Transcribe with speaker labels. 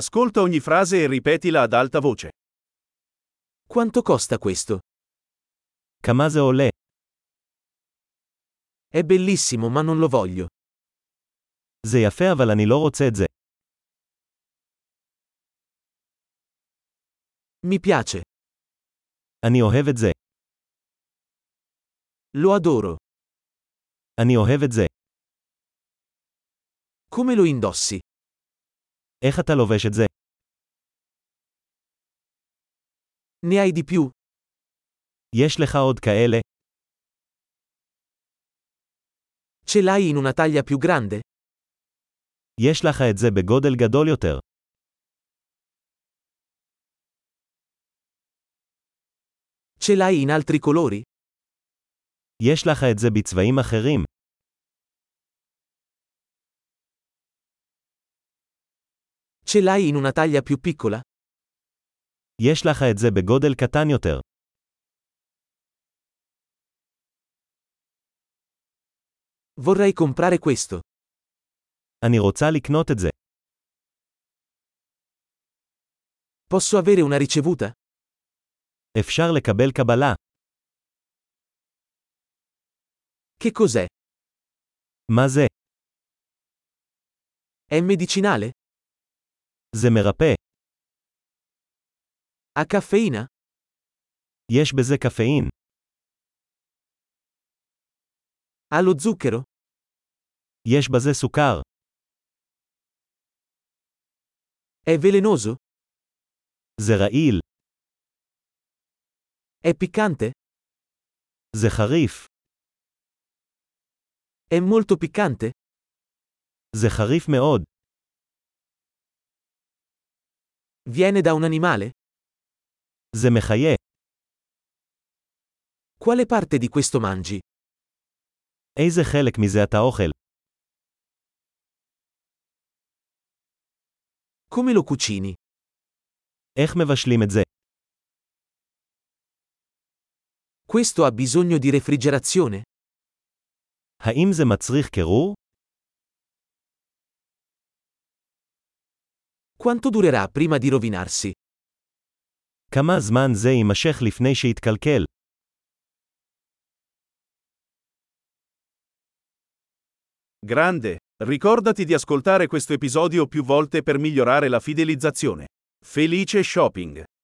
Speaker 1: Ascolta ogni frase e ripetila ad alta voce.
Speaker 2: Quanto costa questo?
Speaker 3: כמה זה עולה?
Speaker 2: È bellissimo ma non lo voglio.
Speaker 3: זה יפה אבל אני לא רוצה את זה.
Speaker 2: Mi piace.
Speaker 3: אני אוהב את זה.
Speaker 2: Lo adoro.
Speaker 3: אני אוהב את זה.
Speaker 2: Come lo indossi?
Speaker 3: איך אתה לובש את זה?
Speaker 2: Ne hai di più?
Speaker 3: יש לך עוד כאלה?
Speaker 2: Ce l'hai in una taglia più grande?
Speaker 3: יש לך את זה בגודל גדול יותר.
Speaker 2: Ce l'hai in altri colori?
Speaker 3: יש לך את זה בצבעים אחרים.
Speaker 2: Ce l'hai in una taglia più piccola?
Speaker 3: יש לך את זה בגודל קטן יותר.
Speaker 2: Vorrei comprare questo.
Speaker 3: אני רוצה לקנות את זה.
Speaker 2: Posso avere una ricevuta?
Speaker 3: אפשר לקבל קבלה.
Speaker 2: Che cos'è?
Speaker 3: מה זה?
Speaker 2: È medicinale?
Speaker 3: זה מרפא.
Speaker 2: Ha caffeina?
Speaker 3: יש בזה קפאין.
Speaker 2: Ha lo zucchero?
Speaker 3: יש בזה סוכר.
Speaker 2: È velenoso?
Speaker 3: זה רעיל.
Speaker 2: È piccante?
Speaker 3: זה חריף.
Speaker 2: È molto piccante?
Speaker 3: זה חריף מאוד.
Speaker 2: Viene da un animale?
Speaker 3: זה מחיה.
Speaker 2: Quale parte di questo mangi?
Speaker 3: איזה חלק מזה אתה אוכל?
Speaker 2: Come lo cucini?
Speaker 3: איך מבשלים את זה?
Speaker 2: Questo ha bisogno di refrigerazione?
Speaker 3: האם זה מצריך קירור?
Speaker 2: Quanto durerà prima di rovinarsi?
Speaker 3: כמה זמן זה יימשך לפני שיתקלקל?
Speaker 1: Grande, ricordati di ascoltare questo episodio più volte per migliorare la fidelizzazione. Felice shopping!